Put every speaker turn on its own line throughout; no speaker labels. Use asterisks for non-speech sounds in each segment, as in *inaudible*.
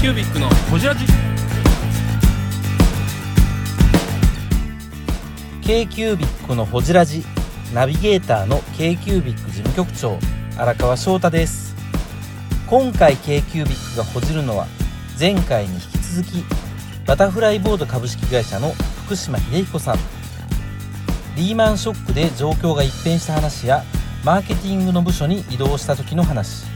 キュービックのホジラジ
k q u b i c のほじラジナビゲーターの k q u b i c 事務局長荒川翔太です今回 k q u b i c がほじるのは前回に引き続きバタフライボード株式会社の福島秀彦さんリーマンショックで状況が一変した話やマーケティングの部署に移動した時の話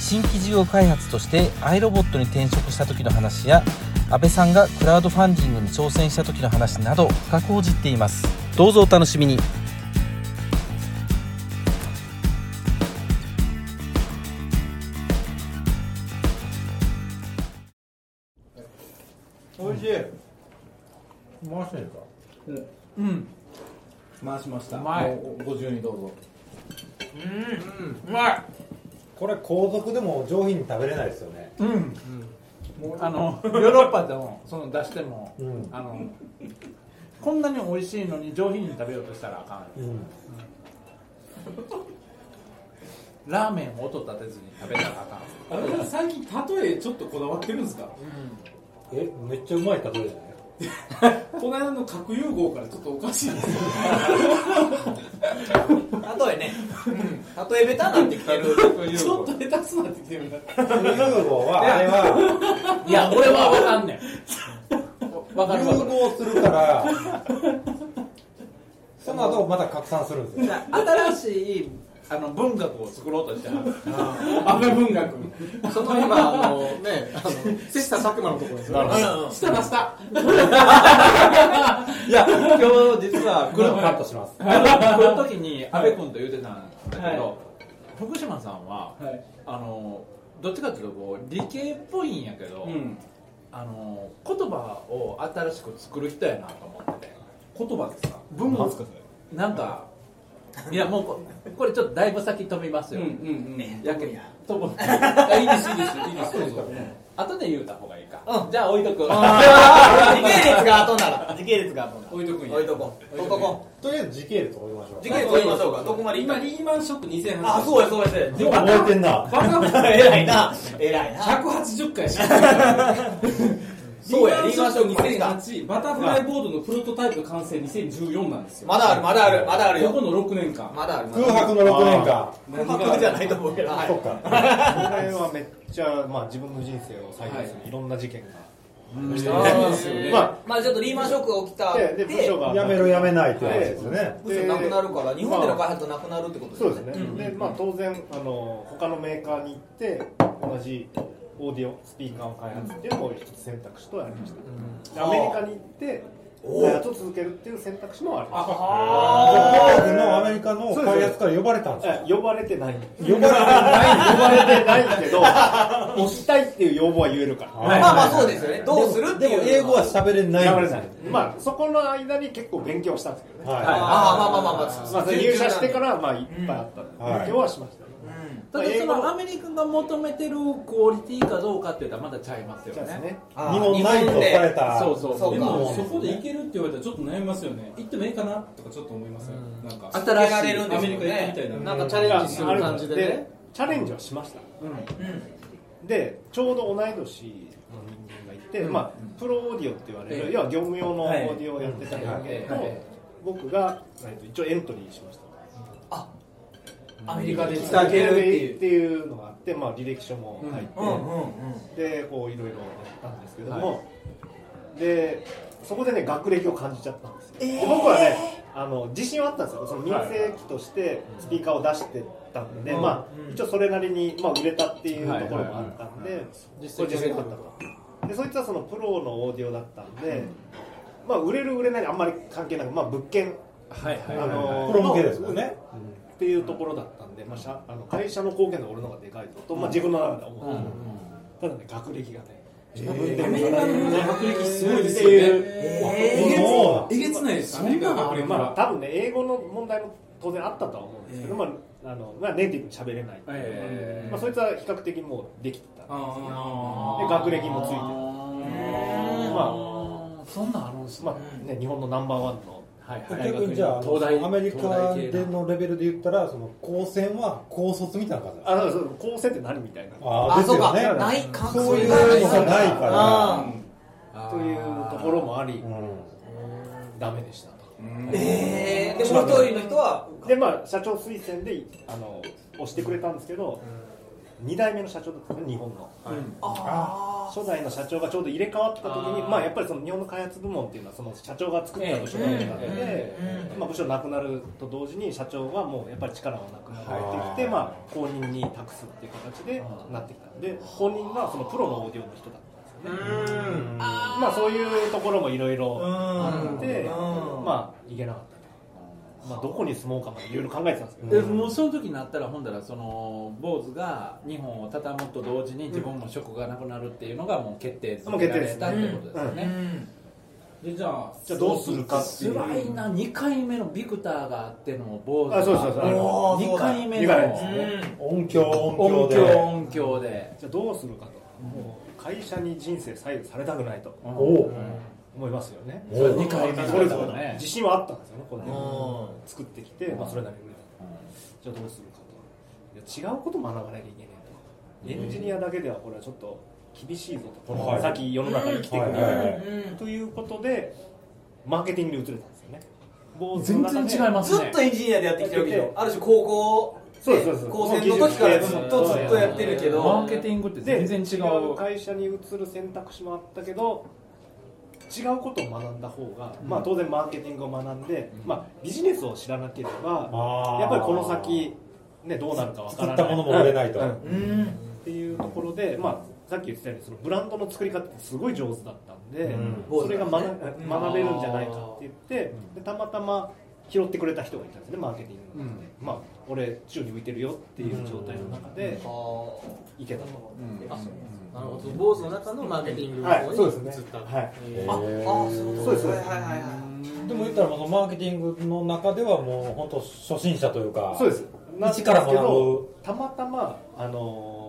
新規事業開発としてアイロボットに転職した時の話や安倍さんがクラウドファンディングに挑戦した時の話など深く報じっていますどうぞお楽しみに
おいしい回してるか
うん
回しました
うまい
もうご自由にどうぞ
うまい
これ皇族でも上品に食べれないですよね
うん、あのヨーロッパでもその出しても、
うん
あのこんなに美味しいのに上品に食べようとしたらあかん、
うん
ラーメンを音立てずに食べたらあかん
あれは最近例えちょっとこだわってるんですか
えめっちゃうまい例えじゃない
この間の核融合からちょっとおかしいですよ
例えね、例えベタなってきてる。
*laughs* ちょっと下手くそになってきてるな
融合はあれはい
や俺は分かんねん分かる
融
分かる
合す
*laughs*
るからその後また拡散するんですよ
新しいあの文学を作ろうとしてはる
安倍文
*laughs*
学
その今、あのね、あの、切磋琢磨のところですよね。
下出した
いや今日実は
グループカットします
*laughs* あのこの時に阿部君と言うてたんだけど、福島さんは、
はい
あのどっちかっていうとこう理系っぽいんやけど、
うん。
あの言葉を新しく作る人やなと思ってて
言葉ですか
文を作るなんかいやもうここれちょっとだいぶ先飛びます
うん
よ、
うんうん。
やけに飛ぶ
あいいです、いいです、いいです。どうぞ。
後で言うた方がいいか、
うん
じゃあ置いとく
時系列が後なら。時系列が後なら。
置いとくんや
置いとこう。置いとこ
とりあえず時系列追いましょう
う。時系列置いましょうか。どこまで行
今
った
リーマンショック2008
あ、そうや、そうや、そう
よく覚えてんな
や。偉いな。偉いな。
180回しかない
そうや、リ
リ
ー
ー
マ
マ
ン
ン
シ
シ
ョック
ョック
2008。
2008バタフライボードのプロトタイプ完成2014なんですよ
まだある、まだある、まだある
ここ
よ。
の6年間
まだある。まだ
空白の6年間
ある空白じゃないと思うけど。はい
そっか
これはめっちゃ、まあ、自分の人生を左右する、、
はい
ろんな事件
そう
ですよね
まあ、まあちょっとリーマンショックが起きた
が。で、で部署が。
やめろやめないって話ですよね
物なくなるから、日本での開発なくなるってことです
そ
よ
うですね。で、まあ、当然、あの、他のメーカーに行って、同じオーディオスピーカーを開発っていうのも一つ選択肢とありました。でアメリカに行って、開発を続けるっていう選択肢もありまし
僕のアメリカの開発から呼ばれたんです
た。呼ばれてない。
よ呼ば
呼
れて
ばれてないけ *laughs* ど、行きたいっていう要望は言えるから。
はい
まあまあそうですよね。どうするって
で
いう
も
の
英語は喋れない
や
ん
めれ
です
ない。まあ、そこの間に結構勉強したんですけどね。
は
ああまあまあまあまあ。
まあ、入社してから、まあ、いっぱいあったんで、
はい
勉強はしましたね。
ただそのアメリカが求めてるクオリティかどうかって言ったらまだちゃいますよ
じゃあです
ね
ね。
い日本ないとされた
そうそうそう
そう
で
か
もそこで行けるって言われたらちょっと悩みますよね行ってもいいかなとかちょっと思いますよなんか
当られるんで
ア
す
メ
よ
リカ行
ね。
ってみたい
な
な
んかチャレンジする感じで
ある
ね。
チャレンジはしました、でちょうど同い年の人間がいて、まあ、プロオーディオって言われる、
ええ
要は業務用のオ
はい
ーディオをやってた人間と、
えええ
僕が、えっと、一応エントリーしました
アメリカで
エン
来
ト
たけ
リ
るって
ー
い
っ
う。
ていうのがあって、まあ、履歴書も入って、
うんうんうん。
でこういろいろやったんですけども、でそこでね学歴を感じちゃったんですよ、で僕はねあの自信はあったんですよその民生機としてスピーカーを出してたんで、まあ、一応それなりに、まあ、売れたっていうところもあったんで、これ実績あったとでそいつはそのプロのオーディオだったんで、まあ、売れる売れないあんまり関係なく、まあ、物件
はいはい
あの
いプロ向けですもんね
っていうところだったんで、まあ、社あの会社の貢献度が俺の方がでかいぞと、まあ、自分の中では思う、ただね学歴がね
アメリカの学歴すごいです
って
よ
いう
ね
も
えげつないですアメリカの学歴
まあ
は
多分ね英語の問題も当然あったとは思うんですけど、まああのまあネイティブに喋れない、
ええ
まあそいつは比較的もうできてたで
あ
学歴もついてたま
そんなんあるんす
まあね日本のナンバーワンの
はいはい
逆にじゃああ
東大
のアメリカ
東大系
でのレベルで言ったらその高専は高卒みたいな感じ
あだからその構成って何みたいな
あ
あ、
です
そう
よ
か。
ね
ない感
そういうのがない
あ
か
ー
というところもあり
ら、うん
ダメでしたと
うん
えー、で、もう一人の人は、
でまあ社長推薦であの押してくれたんですけど、二2代目の社長だったんですね日本の、
あ
初代の社長がちょうど入れ替わった時に
あー
まあやっぱりその日本の開発部門っていうのはその社長が作った部署だったので、
え
まあ、部署なくなると同時に社長はもうやっぱり力がなくなってきて、まあ、後任に託すっていう形でなってきたんで後任がそのプロのオーディオの人だったんですよねまあそういうところもいろいろあってまあいけなかったと、まあ、どこに住もうかまでいろいろ考えてたんですけど、
でもうその時になったらほんだらその坊主が日本を畳むと同時に自分も職がなくなるっていうのがもう決定づけられたってことですよね、
でじゃあ
じゃあどうするかっていう
辛いな2回目のビクターがあっての坊主が
あそうそうそうあの
2回目
二
の
回目ですね
音響音響
音
で
響音響で
じゃあどうするかともう会社に人生左右されたくないと
おお
思いますよね
おう
2回目
それ
の
ぞ
方
れ
ね
自信はあったんですよねこれね作ってきて、まあ、それなりに売れたじゃあどうするかといや違うこと学ばなきゃいけないとエンジニアだけではこれはちょっと厳しいぞとこ
は
の
い
先世の中に生きていく
は
る
いはいはい
ということでマーケティングに移れたんですよね坊主の
全
中で
然違いま
あ。
す
ず
ね
っとエンジニアでやってきてるけど、ある種高校、
そうですそうです
高専の時からずっとずっとやってるけど、
マーケティングって
で
全然違
違
う
う会社に移る選択肢もあったけど違うことを学んだ方が、まあ、当然マーケティングを学んで、まあ、ビジネスを知らなければ
あー
やっぱりこの先、ね、どうなるかわからな
作
い
ったものも売れないと
うんっていうところで、まあ、さっき言ってたようにそのブランドの作り方ってすごい上手だったんで、
うん
それが学,、学べるんじゃないかって言って、でたまたま拾ってくれた人がいたんですねマーケティングの中で、まあ俺宙に浮いてるよっていう状態の中でいけたと。
なるほど、坊主の中のマーケティングの
はい
方に
そうですね
移った。
はい
あ、あそういうこと
そうです
はいはいはいはい。
でも言ったらもうそのマーケティングの中ではもう本当初心者というか
そうですなんです
一
け
から学
ど
ぶ
たまたまあのー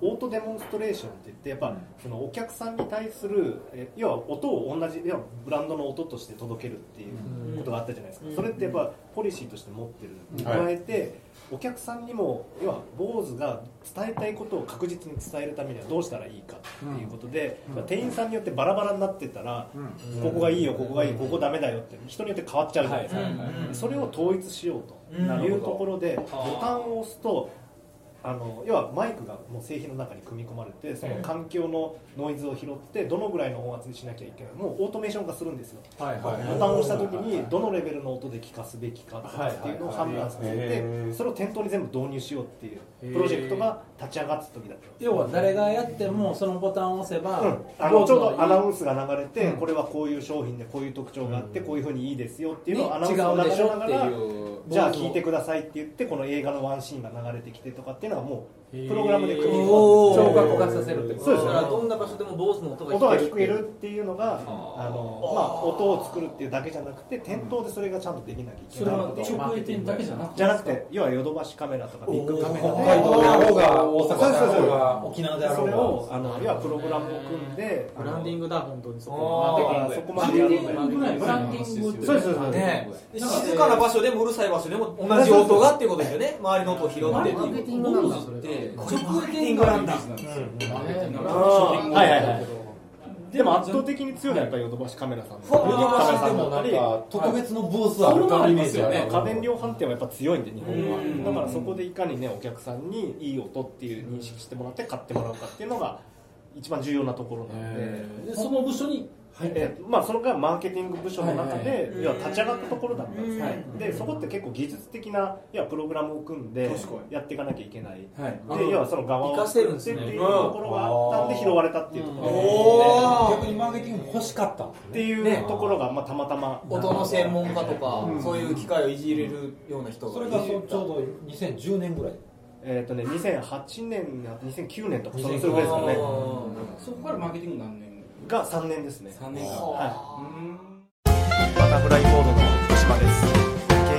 オートデモンストレーションって言ってやっぱそのお客さんに対するえ要は音を同じ要はブランドの音として届けるっていうことがあったじゃないですか、それってやっぱポリシーとして持ってるに加えて、お客さんにも要は坊主が伝えたいことを確実に伝えるためにはどうしたらいいかっていうことで、まあ店員さんによってバラバラになってたら、ここがいいよここがいいここダメだよって人によって変わっちゃうじゃないですか、それを統一しようというところでボタンを押すとあの要はマイクがもう製品の中に組み込まれてその環境のノイズを拾ってどのぐらいの音圧にしなきゃいけないもうオートメーション化するんですよ
はい
ボタンを押した時にどのレベルの音で聞かすべきかっていうのを判断させてそれを店頭に全部導入しようっていうプロジェクトが立ち上がった時だったんです
要は誰がやってもそのボタンを押せば、
うんあ
坊
の
主
ちょうどアナ
いい
ウンスが流れて、これはこういう商品でこういう特徴があって、こういうふうにいいですよっていうのをアナウンスが
違う
流れなが
でしょ
ら
っていう
じゃあ聞いてくださいって言ってこの映画のワンシーンが流れてきてとかっていうのがもうプログラムで組み込
お
聴
まれて
覚化させるってこと
そうで
だ
す
からどんな場所でも坊主の音が
音が
聞
聞
こえ
こえ
る
るっていうのがあの、まあ、音を作るっていうだけじゃなくて店頭でそれがちゃんとできなきゃいけ
そ
な
れ
い
は
ので
直営店だけじゃなくて
じゃなくて要はヨドバシカメラとかビッグカメラ
北
で
海道であろうが大阪であろうが沖縄であろ
そうれ
が
をあの要はプログラムを組んで
ブランディングだ、本当にそ
だ
こ
からそこまでやるんだよ
ぐらいブランディングって
そうですそうです
ねで静かな場所でもうるさい場所でも同じ音がっていうことですよね周りの音を拾ってっていう
ィングなんだそれって
直営店があるんだ
はいはいはい。でも圧倒的に強いのはやっぱりヨドバシカメラさん。ヨドバシでもなんか
特別のブースあるかイメージある
家電量販店はやっぱ強いんで日本は。だからそこでいかにねお客さんにいい音っていう認識してもらって買ってもらうかっていうのが一番重要なところなので。
でその部署に
えまあ、それがマーケティング部署の中で、要は立ち上がったところだったんです、ねでそこって結構技術的ないやプログラムを組んでやっていかなきゃいけない、で要はその側を
活かしてるんですね
っていうところがあったんで拾われたっていうところなんですね
逆にマーケティング欲しかったんです
っ
ね
ていうところが、まあ、たまたま
音の専門家とか、そういう機械をいじれるような人
そ
が
れがそうちょうど2010年ぐらい
えっ、とね2008年や2009年とかそのそれぐらいですかね
そこからマーケティング何年
が3年ですね
3年間
はいバタフライボードの福島で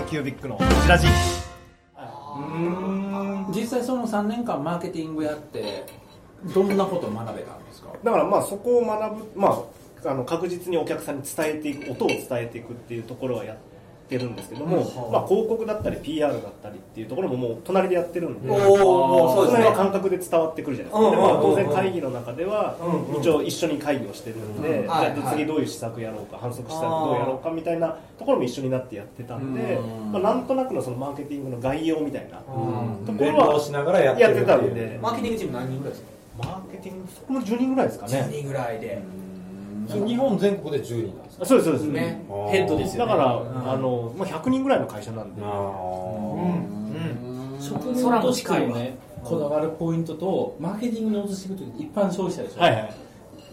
す k q ビッグのこちらじ
実際その3年間マーケティングやってどんなことを学べたんですか
だからまあそこを学ぶまああの確実にお客さんに伝えていく音を伝えていくっていうところはやってるんですけども、まあ、広告だったり PR だったりっていうところももう隣でやってるんで
おおそう
そ
うです
で
す
ね
ね
感覚で伝わってくるじゃないです
うんうん
か、で
うん
まあ、
うん
当然会議の中では
うんうん
一応一緒に会議をしてるんで、
うん
じゃあ
はいはい
次どういう施策やろうか反則施策どうやろうかみたいなところも一緒になってやってたんで、
うん
まあ、なんとなくのそのマーケティングの概要みたいなと
うん
こ
連
ろ
動
は
しながらやって
やっ
る
てたんで
マーケティングチーム何人ぐらいですか
マーケティングそこも10人ぐらいですか
10
ね
人ぐらいで
そう日本全国で10人なんですか
あそうですそうです、
ね
うん
ヘッドですよ
だ
ね
から、
うん
あのまあ、100人ぐらいの会社なんで、
職
空
人
の
として
近い
の
わ
ねこだわるポイントとマーケティングに落としていくとき一般消費者でしょ、
はいはい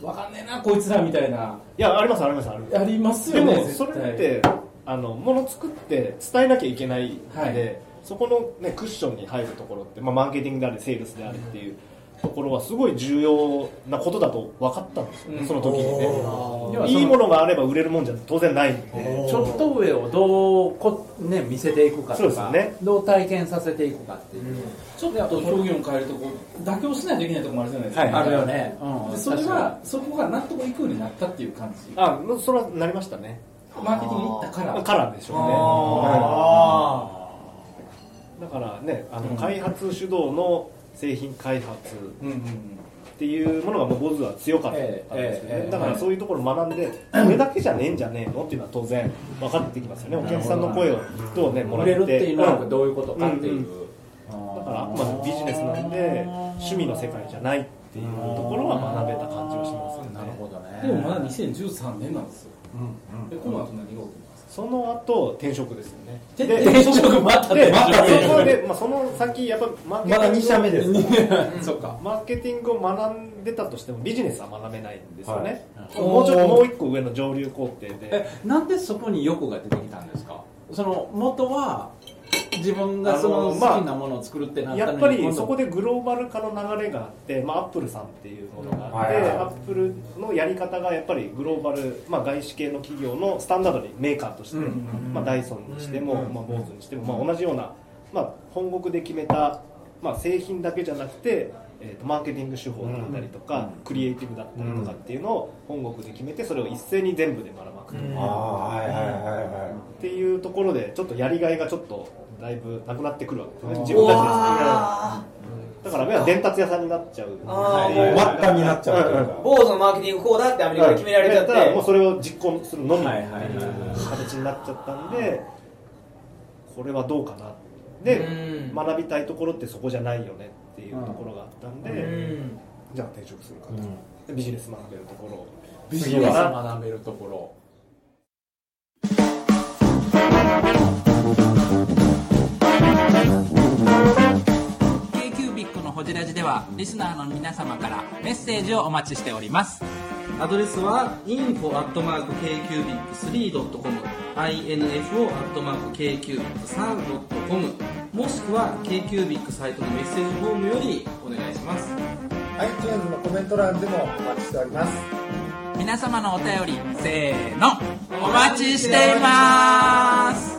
わかんねえなこいつらみたいない
やありますありますあります
あります
で
よね
も
絶
そ
対
れってあのもの作って伝えなきゃいけないんで、
はい
そこの、ね、クッションに入るところって、まあ、マーケティングであれセールスであれっていうところはすごい重要なことだと分かったんですよね、その時に
おー
ね
要はその
いいものがあれば売れるもんじゃ当然ないんで
ちょっと上をどうこ、ね、見せていくか
そう
と
です
か、
よね
どう体験させていくかっていう、
ちょっと表現を変えるとこう妥協しないといけないとこもあるじゃないですか、
はい
あるよね、うん
でそれ
確か
はそこが納得いくようになったっていう感じ
あまあそれはなりましたね
マーケティングに行ったから
カラーでしょうね
あ
はいだからねあの、開発主導の製品開発
うんうんうん
っていうものがもうボズは強かったんですよね、
ええええええ
だからそういうところを学んで、これだけじゃねえんじゃねえのっていうのは当然分かってきますよねお客さんの声をどうねも
に
ら
売
って
れるっていうのは
うん
どういうことかっていう、
うんだからあくまでビジネスなんで趣味の世界じゃないっていうところは学べた感じはしますよね
なるほどね
でもまだ2013年なんですよ、
うん
でこの後何が起きます
その後転職ですよね
て
で
転職また
で、
転職
まあ、そこで、まあ、その先やっぱマーケティング
まだ2社目ですから
そっか
マーケティングを学んでたとしてもビジネスは学べないんですよね、
はい
もうちょっともう一個上の上流工程で
えなんでそこに欲が出てきたんですかその元は自分がその
あのまあ
好きなものを作るってなった
や
の
っ
に
ぱり
今度
そこでグローバル化の流れがあって、まあ、アップルさんっていうものがあって、
うんはい
アップルのやり方がやっぱりグローバル、まあ、外資系の企業のスタンダードにメーカーとして、まあ、ダイソンにしても、まあ、ボーズにしても、まあ、同じような、まあ、本国で決めた、まあ、製品だけじゃなくて、えーとマーケティング手法だったりとか、クリエイティブだったりとかっていうのを本国で決めてそれを一斉に全部でばらまくとか、
ああはいはいはいは
っていうところでちょっとやりがいがちょっとだいぶなくなってくるわけですね
うん
自
ーう
分たちで
わ
だから目は伝達屋さんになっちゃうっていう
あー
いもう末端になっちゃうという
ー
か
坊主のマーケティングこうだってアメリカで決められちゃって
はいもうそれを実行するのみって
はいいはいはいう
形になっちゃったんでこれはどうかなで
うん
学びたいところってそこじゃないよねっていうところがあったん
う
で
ん
じゃあ転職するか
う
と
ん
でビジネス学べるところを
ビジネスを学べるところ
ケイキュービックのホジラジではリスナーの皆様からメッセージをお待ちしております。
アドレスは info.kcubic3.com info.kcubic3.com もしくは KQBIC サイトのメッセージフォームよりお願いします
iTunes のコメント欄でもお待ちしております
皆様のお便り、せーの、お待ちしています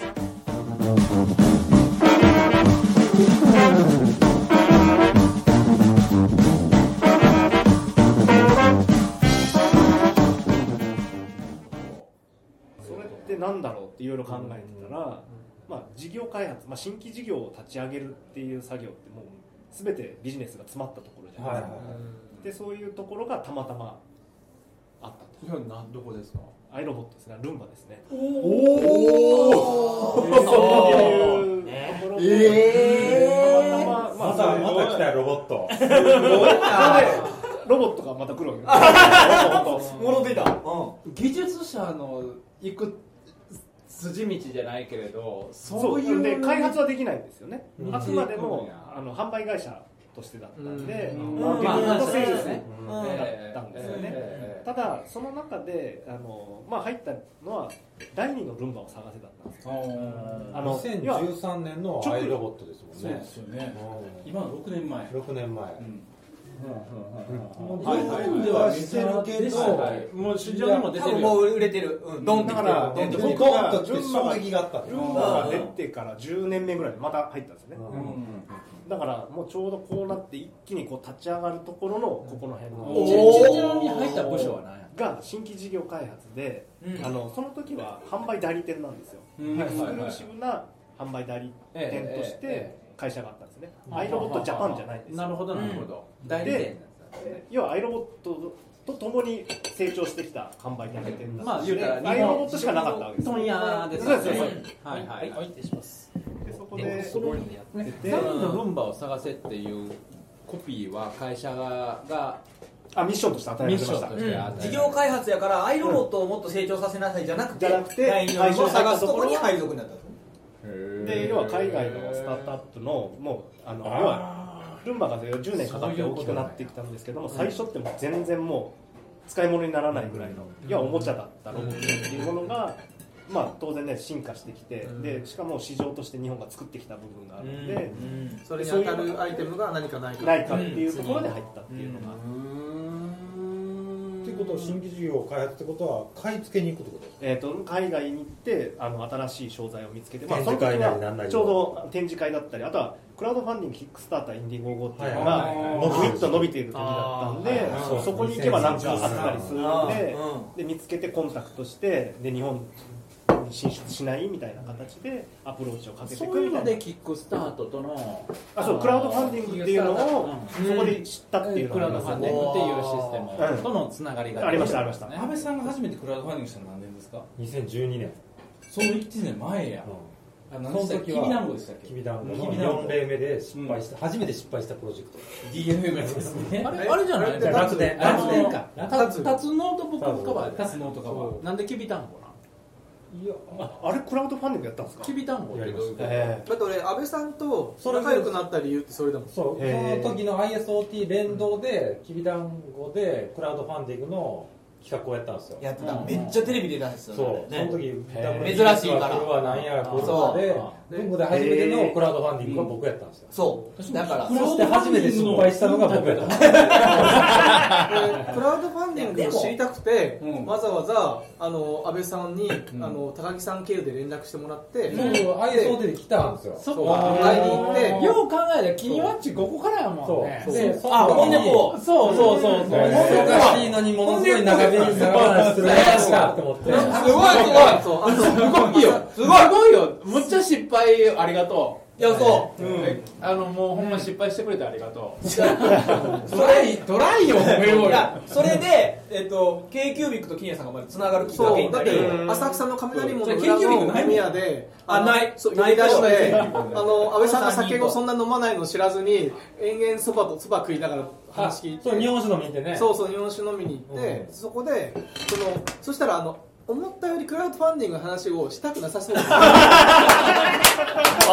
それってなんだろうっていろいろ考えてたら、まあ、事業開発、まあ、新規事業を立ち上げるっていう作業ってもう全てビジネスが詰まったところじゃないで
はい
すか、
は
でそういうところがたまたまあった
い
と
やなどこですか
アイロボットですねルンバですね
お
*laughs* そういうところで、たまたま、
ま
まあ、
たまた来たよロボット
でロボットがまた来るわけです
*laughs*
よ
戻っていたうん
技術者の行く筋道じゃないけれど
そ
そう
う
い
な
うん
で開発はできないんですよね、
うん
あくまでも
うん
あの販売会社としてだったんで、
うん
マーケティングとセール
う
ス
ん
うん
ええ
だったんですよね、
ええ
ただその中であの、まあ、入ったのは第二のルンバを探せだったんですよあの要は
2013年のアイロボットですもん
そうで
ね
すよね今の6年前
6年前
うん日本ではメジャーでしたねもう市場でも出てるよ
もう売れてる。うん、ドンって
だ
来
か
てる
ら、
ドンって来てる
僕
ドンと
が
来て
群馬が
衝撃があったって
群馬が出てから10年目ぐらいでまた入ったんですね、だからもうちょうどこうなって一気にこう立ち上がるところのここの辺の、
ちちなみに入った部署は何や
が新規事業開発で、あのその時は販売代理店なんですよ、
うん
エクスクルーシブな販売代理店とし
えええ
て会社があったんですね、アイロ
ロ
ボットジャパンじゃないんですよ
なるほどなるほど代理店
要はアイロボットと共に成長してきた販売代理店だった
まあ言うたら日本
アイロボットしかなかったわけです
問屋です
そうですそうです
はいはいはい
でそこで
そのね
で
サンのルンバを探せっていうコピーは会社がが
あミッションとして与えら
ミ
れ
ッ
ま
ショ
し
ン
た
として与えられる
事業開発やから、アイロボットをもっと成長させなさいじゃなくて、
じゃなくて
第二のを探すところに配属になった。
で要は海外のスタートアップのもうあの要はルンバが10年かかって大きくなってきたんですけども最初ってもう全然もう使い物にならないぐらいの要はおもちゃだったロボットっていうものがまあ当然ね進化してきてでしかも市場として日本が作ってきた部分があるので
それに当たるアイテムが何かないか
ないかっていうところで入ったっていうのが
ってことは新規事業開発ってことは買い付けに行くってこと
えー、と海外に行ってあの新しい商材を見つけて、その
展示
時
会なりなんな
は
り
ちょうど展示会だったりあとはクラウドファンディングキックスターターインディゴーゴーっていうの
はいはいはい
がぐいっと伸びている時だったんで、
あー
そうそこに行けばなんかあったりするんで,、
う
で見つけてコンタクトしてで日本に進出しないみたいな形でアプローチをかけて
そ
いうく
い
み
う
た
の
いな
でキックスタートとの
あそうクラウドファンディングっていうのをそこで知ったっていうの
ク
が
ラウ
あり
ド
ま
ファンデ
すよね
ィングっていうシステムとのつながりが
ありましたありました
安倍さんが初めてクラウドファンディングしたのは何年ですか
2012年
その1年前やあ何でしたっけき
その時
び
は
だんごでしたっけ
きびだんご
き
の
びだん
4
ご
例目で失敗した、初めて失敗したプロジェクト
DFM ですね
あれあれじゃない
じゃあ楽天
あ
楽天
の
か
タツタツノートブックカバー
タスノーとかは
でなんできびたんごなん
いや
ああれクラウドファンディングやったんですか
きびたんごってどういうこと
え
だって俺安倍さんと仲良くなった理由ってそれだもん
そうそ
へー
の時の ISOT 連動できびだんごでクラウドファンディングの企画をやったんですよ
ん。やってた。
うん
めっちゃテレビ出たんですよ。
そう、
ね
その時
珍しいから
これは何やらこれはで文具で初めてのクラウドファンディングが僕やったんですよ
そう。だから、
そして初めて失敗したのが僕やったんですよ
でクラウドファンディングを知りたくて、
うん
わざわざあの安倍さんに、
ん
あの高木さん経由で連絡してもらって、
そう ISOT で来たんですよ
そ
そうう
か
会いに行って
よう考えたら君はっちここからやもんね
そうでそ
あ、ほんで
こ
こう。
そうそうそうそう
忙しいのにものすごい長めに長話するやつかと思って
すごいすごいそうあの
すごいよすごいよむっちゃ失敗ありがとういやそう、うん、あのもうほんま失敗してくれてありがとうドライドライよ褒めよう
い
よ
やそれで、えっと、k キュービックと金谷さんがまずつながるきっかけ
そ
に
う
な
だっ
り
て浅草の雷門の
じゃあ研
裏
究力
の
ないもん
飲み屋で
あない
そう
な
呼
い
び出して
な
あの安倍さんが酒をそんな飲まないの知らずに延々そばとつば食いながら
あ
話聞いて
そう日本酒飲みに行ってね
そうそう日本酒飲みに行って、
うん
そこでそのそしたらあの思ったよりクラウドファンディングの話をしたくなさそうだったあ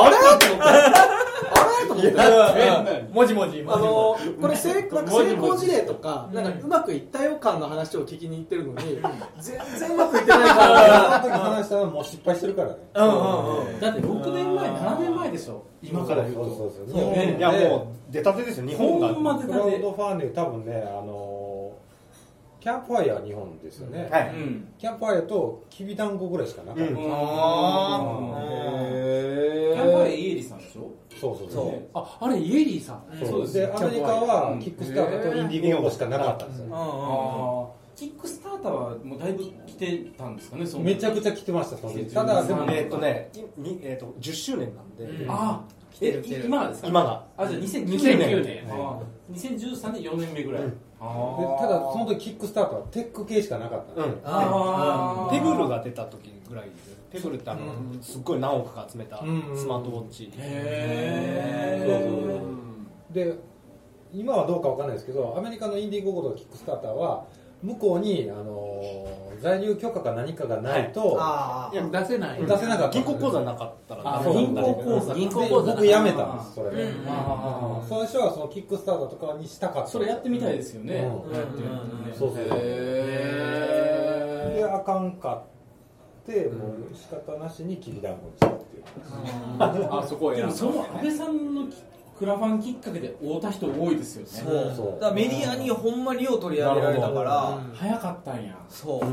れと思ってあれと思って
もじもじ、も
あ
じも
のこれ成なんか成功事例とかなんかうまくいったよ感の話を聞きに行ってるのに全然うまくいってないか
あ
ら
の時話したのはもう失敗してるからね
じ。うんうんうん。
だって6年前7年前でしょ今から言うと
そうそうそう
え
ね
いやもう出たてですよ日本が
ほんまで
クラウドファンディング多分ねあのーキャンプファイヤー日本ですよね、
はい、
キャンプファイヤーときびだんごぐらいしかなかった、
うん
やっぱりイエリさんでしょ
そうそう
そ
そうう
ああれイエリーさん
そうですでアメリカはキックスターターとインディゴーゴしかなかったんですよ、
あーキックスターターはもうだいぶ来てたんですかねその
めちゃくちゃ来てましたその時
来て
た
る
だでも
えっ、とね、いにえっ、と10周年なんで、
あーえ今ですか
今が
あじゃあ2009年
2009
年あー2013年4年目ぐらい、あ
で
ー
ただその時キックスターターはテック系しかなかったんです
う
よ、
ん
あー
ペグルが出た時ぐらいですよペグルってあの、すっごい何億か集めたスマ
んう
ート
ん
ウォッチ、
へ
で今はどうかわかんないですけどアメリカのインディーゴーゴードキックスターターは向こうに、あのー在留許可か何かがないと、
ああ。
出せない
出せなかった
銀行口座なかったらダ
あそう
メ
銀
だ
行口座銀行口座僕辞めたんですそれで、
うん
あー
最初はそのキックスターターとかにしたかった
それやってみたいですよね、
うん
やってみたいね
そうそう
へ
であかんかってもう *laughs* 仕方なしにきびだんごにしたっていう
あそこを
ーで
選ん
も
だ
その安倍さんのキックラファンきっかけで会うた人多いですよね
そうそうだからメディアにほんまによう取り上げられたから
早かったんや
そう、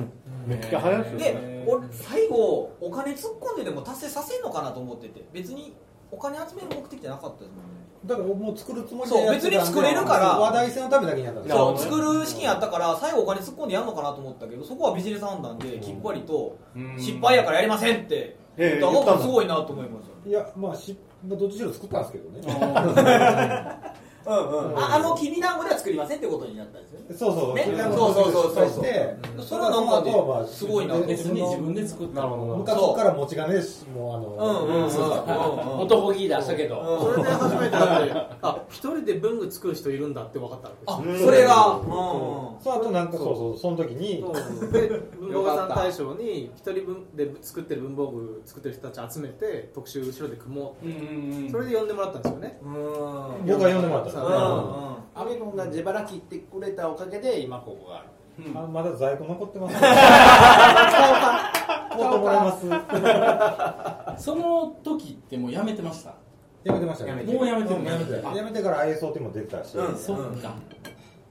めっちゃ早いですよね
で俺最後お金突っ込んででも達成させんのかなと思ってて別にお金集める目的じゃなかったですもんね
だからもう作るつもり
そう
やってたんで
別に作れるから
話題性のためだけにやったんです
そう作る資金あったから最後お金突っ込んでやるのかなと思ったけどそこはビジネス判断できっぱりと失敗やからやりませんって
え
言った
え
の
言った
が
んだ
すごいなと思いまし
いやまあし、まあ、どっちにしろ作ったんですけどね
たうんうんああのきびだんごでは作りませんってことになったんですよね
そうそう
ね
きびだん
そ
ご
うそうそうそう
失敗してうん
それはなんかね
その後はまあ
すごいな
別に自分で作った
昔から持ち金ですもうあの
うんうんうん
そうそう
うんうん
男気出したけど
それで初めてだってあ一人で文具作る人いるんだって分かったわ
あ
け
それがうん
そうあとなんかそうそうその時に
そうで文房具屋さ
よか
ん
った
大賞に一人分で作ってる文房具作ってる人たち集めて特集後ろで組も
うんうんう
うんそれで呼んでもらったんですよね
うんうんうん
僕が呼んでもらったんです
う
よ
ん
アメロンが自腹切ってくれたおかげで今ここがある
うん
あまだ在庫残ってます
*laughs*
買おうか買おうと思います
その時ってもうやめてました
やめてましたね
もうやめてる
んやめて
あ
やめてから ISO 店も出てたし
うん
そっか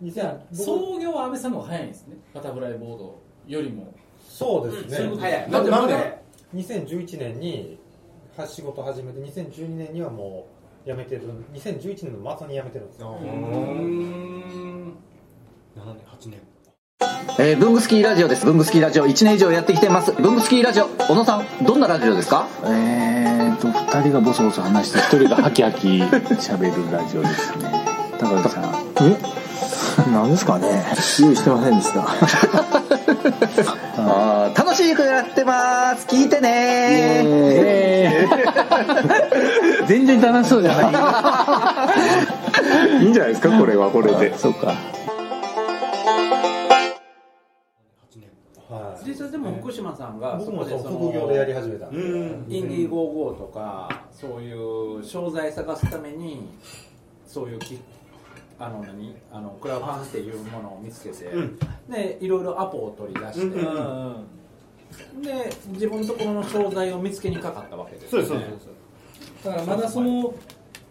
じ
じゃあ創業は安倍さんの方が早いんですねバタフライボードよりも
そうで
そう
す
いう
ね
ことですね
なんでなんで
2011年には仕事始めて2012年にはもう辞めてる2011年の末に辞めてるんですよ
えー、ブングスキーラジオです。ブングスキーラジオ1年以上やってきてます。ブングスキーラジオ、小野さん、どんなラジオですかえーと、2人がボソボソ話して、1人がハキハキ喋るラジオですね。高橋さん。えなんですかね用意してませんで *laughs* した。あー楽しい曲やってます聞いてね *laughs* 全然楽しそうじゃ *laughs* ないいいんじゃないですかこれはこれでそうか
はい
実際でも福島さんが
僕
そ
も
こ
そ
で
う
そ
副業でやり始めたんで
インディーゴーゴーとかそういう商材探すためにそういうきあの何あのクラファンっていうものを見つけて、でいろいろアポを取り出して、
うんう
で自分のところの商材を見つけにかかったわけですよね
そうですそうで
だからまだその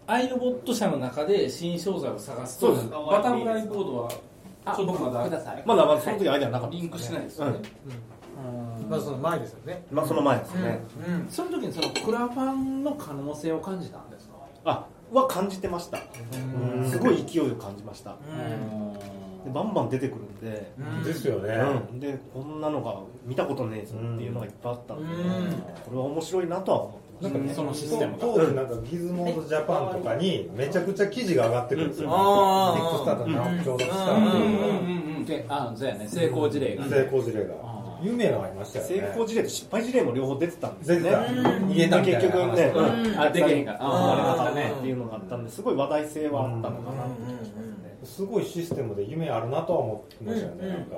アイロボット社の中で新商材を探すと
そうです
バタフライボードは
あ
ちょっと
僕
まだ
ください
まだまだその時アイデアなかった
リンクしないです
う
よね
ん、
まあその前ですよね
まあその前ですね、
その時にそのクラファンの可能性を感じたんですか
あは感じてましたすごい勢いを感じましたでバンバン出てくるんで、
ですよね
うんでこんなのが見たことねえぞっていうのがいっぱいあったんで、これは面白いなとは思ってまし
なんかね
そのシステムが
当当時なんかギズモードジャパンとかにめちゃくちゃ記事が上がってくるんですよ
うん
ビ
うん
ッグスタートの調達したっていうの
であそうやね成功事例が、
が成功事例が夢はありました
た
よ
成
ね
功事例と失敗事例も両方出てたんですよ
全
ね
然逃げたみ
結
たいな
局
話
ね、
とか
あできへんから
あ
あ
あ
ー
れだねっていうのがあったんですごい話題性はあったのかなって気がしますね
すごいシステムで夢あるなとは思ってましたよねなんか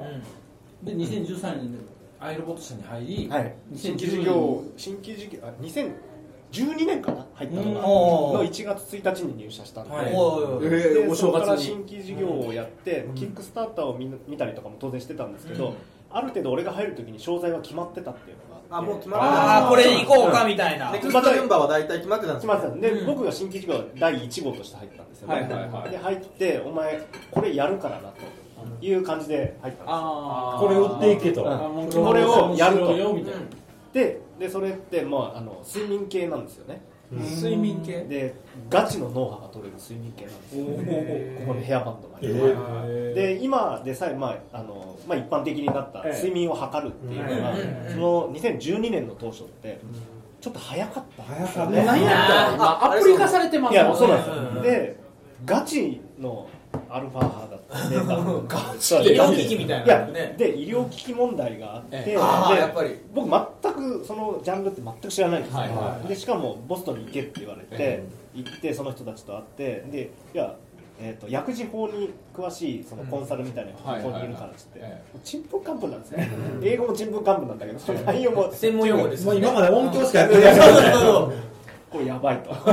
で2013年でアイロボット社に入り、
はい、新規事業新規事業あ2012年かな入ったのが、の1月1日に入社したんで、
はい
おいおい
で
えーお
そ
正月
こ
に
から新規事業をやって、キックスターターを見見たりとかも当然してたんですけど、ある程度俺が入る時に商材は決まってたっていうのがって
あもう決まってた
ああこれに行こうかみたいな
ネクストメンバーは大体決まってたんです
決
よ
まってたんで、僕が新規事業第1号として入ったんですよね、
はいはいはい
で入ってお前これやるからなという感じで入ったんですよ
あー
これ売っていけと
あ
もう
これをやると
面白いよみたいな、
ででそれって、まあ、あの睡眠系なんですよね
睡眠系
でガチの脳波が取れる睡眠系なんですよここのヘアバンドがあります
え
で今でさえ、まああのまあ、一般的になった睡眠を測るっていうのが、その2012年の当初ってちょっと早かったんですよね
何やったら今アプリ化されてま
い
すもん
や
ね
そうなんですよ、でガチのアルファ派だったデータ *laughs* ガチ
医療機器みたいなのね
やで医療機器問題があって、
ええ
で
ああやっぱり
僕全くそのジャンルって全く知らないんですよ、
はいは
でしかもボストンに行けって言われて、行ってその人たちと会ってでいやえー、と薬事法に詳しいそのコンサルみたいな人がここにいるからっつって
はいはいはい
ちんぷんかんぷんなんですね英語もちんぷんかんぷんな
*laughs*
んだけどその内容も
専門用語です
も
よ
う
ね
今まで音響しかやってないから
これやばいという形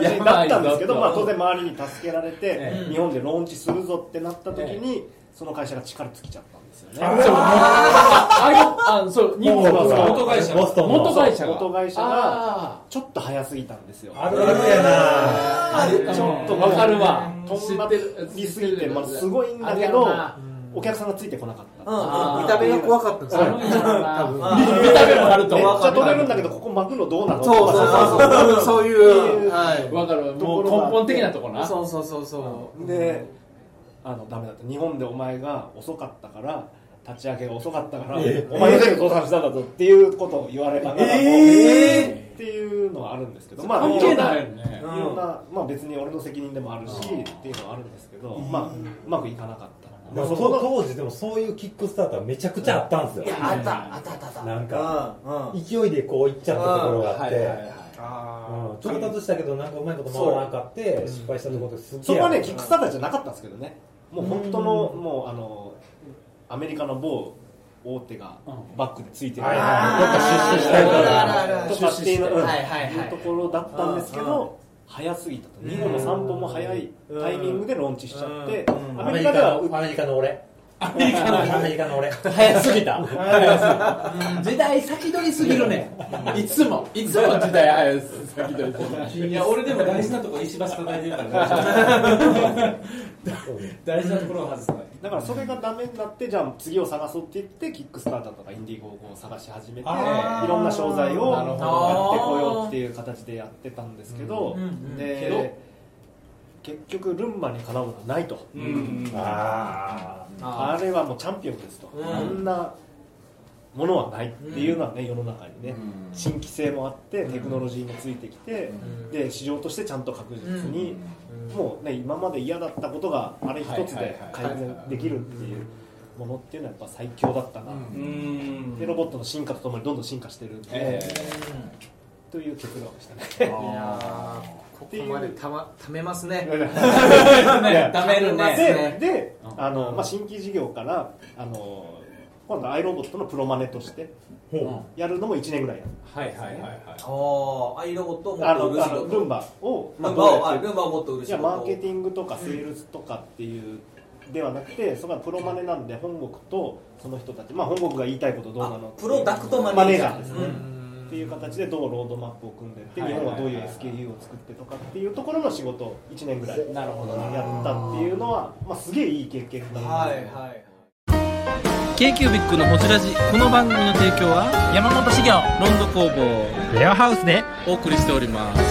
になったんですけど、
やばいぞと
まあ、当然周りに助けられて
え、
日本でローンチするぞってなった時に、その会社が力尽きちゃったんですよね
あよあそう日本
もう
が
元会社ボストンの
元会社が
元会社が
あ
ちょっと早すぎたんですよ
あるあるやな
はちょっともう
わかるわ
とんがりすぎて、まあ、すごいんだけどお客さんがついてこなかった、
うんうん見た目が怖かったんですよ
うん
うん
見た目
うん
もあるとめっ
わ
ち
か
ゃ
る
取れるんだけどここ巻くのどうなの
そうそうそうそうそうい
っ
う
て
はい
わかる
もう根本的なとこなそうそうそう
そうんであのダメだった日本でお前が遅かったから立ち上げが遅かったから、
ええ
お前のせいで倒産したんだぞっていうことを言われたから、
え
っていうのはあるんですけど、まあ、
関係ないよ
ろん
ね
いろんな、まあ、別に俺の責任でもあるし、っていうのはあるんですけど、まあ、うまくいかなかった
でもその当時でもそういうキックスターターめちゃくちゃあったんですよ
いやあったあったあったあった
なんか勢いでこういっちゃったところがあってうん上達したけどなんかうまいこと回らなかって失敗したところですっげえ
そこはね、
ある
キックスターターじゃなかったんですけどね、もう本当の、もうあのアメリカの某大手がバックでついてる、
はい
どっ
はい
か出資したりと
あるあるあ
か、
る
とかっていう
出資して
うん
はいはいはい
いうところだったんですけど、早すぎたと、日本も散歩も早いタイミングでローンチしちゃって、
うん
アメリカでは
アメリカの俺
ア
メリカの俺アメリカの俺
早すぎた
早すぎ
時代先取りすぎるねいつもいつも時代早す先取りすぎる
いや俺でも大事なとこ石橋叩いてるからね大事なところを外す
だからそれがダメになってじゃあ次を探そうって言ってキックスターターとかインディーゴーゴーを探し始めていろ
あー
んな商材を
な
や
るほ
って
ど
こようっていう形でやってたんですけど、
うんうんうんけど
で結局ルンバにかなうのはないと、
うんうん
あーあれはもうチャンピオンですと、
うん
あんなものはないっていうのはね世の中にね、新規性もあってテクノロジーもついてきて、で市場としてちゃんと確実に、もうね今まで嫌だったことがあれ一つで
はい
改
はいはい
善できるっていうものっていうのはやっぱ最強だったな、でロボットの進化とともにどんどん進化してるんで、
え
という結論でしたね
いやーここまでたまためますね
た
ためるね
でであの、まあ、新規事業からあの今度アイロボットのプロマネとしてやるのも1年ぐらいやる
はいはいはいはい
ああアイロボットをも
あ
っと売る
の
仕
あの
事
ルンバを、
ルンバを
どうやって
あルンバをもっと売る仕
いや
事
マーケティングとかセールスとかっていう、ではなくてそこはプロマネなんで本国とその人たち、まあ、本国が言いたいことどうなのっていう
プロダクトマネージャー
マですね、っていう形でどうロードマップを組んでって
はい
日
はい
本
はい
はどういう SKU を作ってとかっていうところの仕事を1年ぐらいやったっていうのは、まあ、すげえいい経験だな
は
と
いはい。
k q b i c のホジラジこの番組の提供は山本資源ロンド工房レアハウスでお送りしております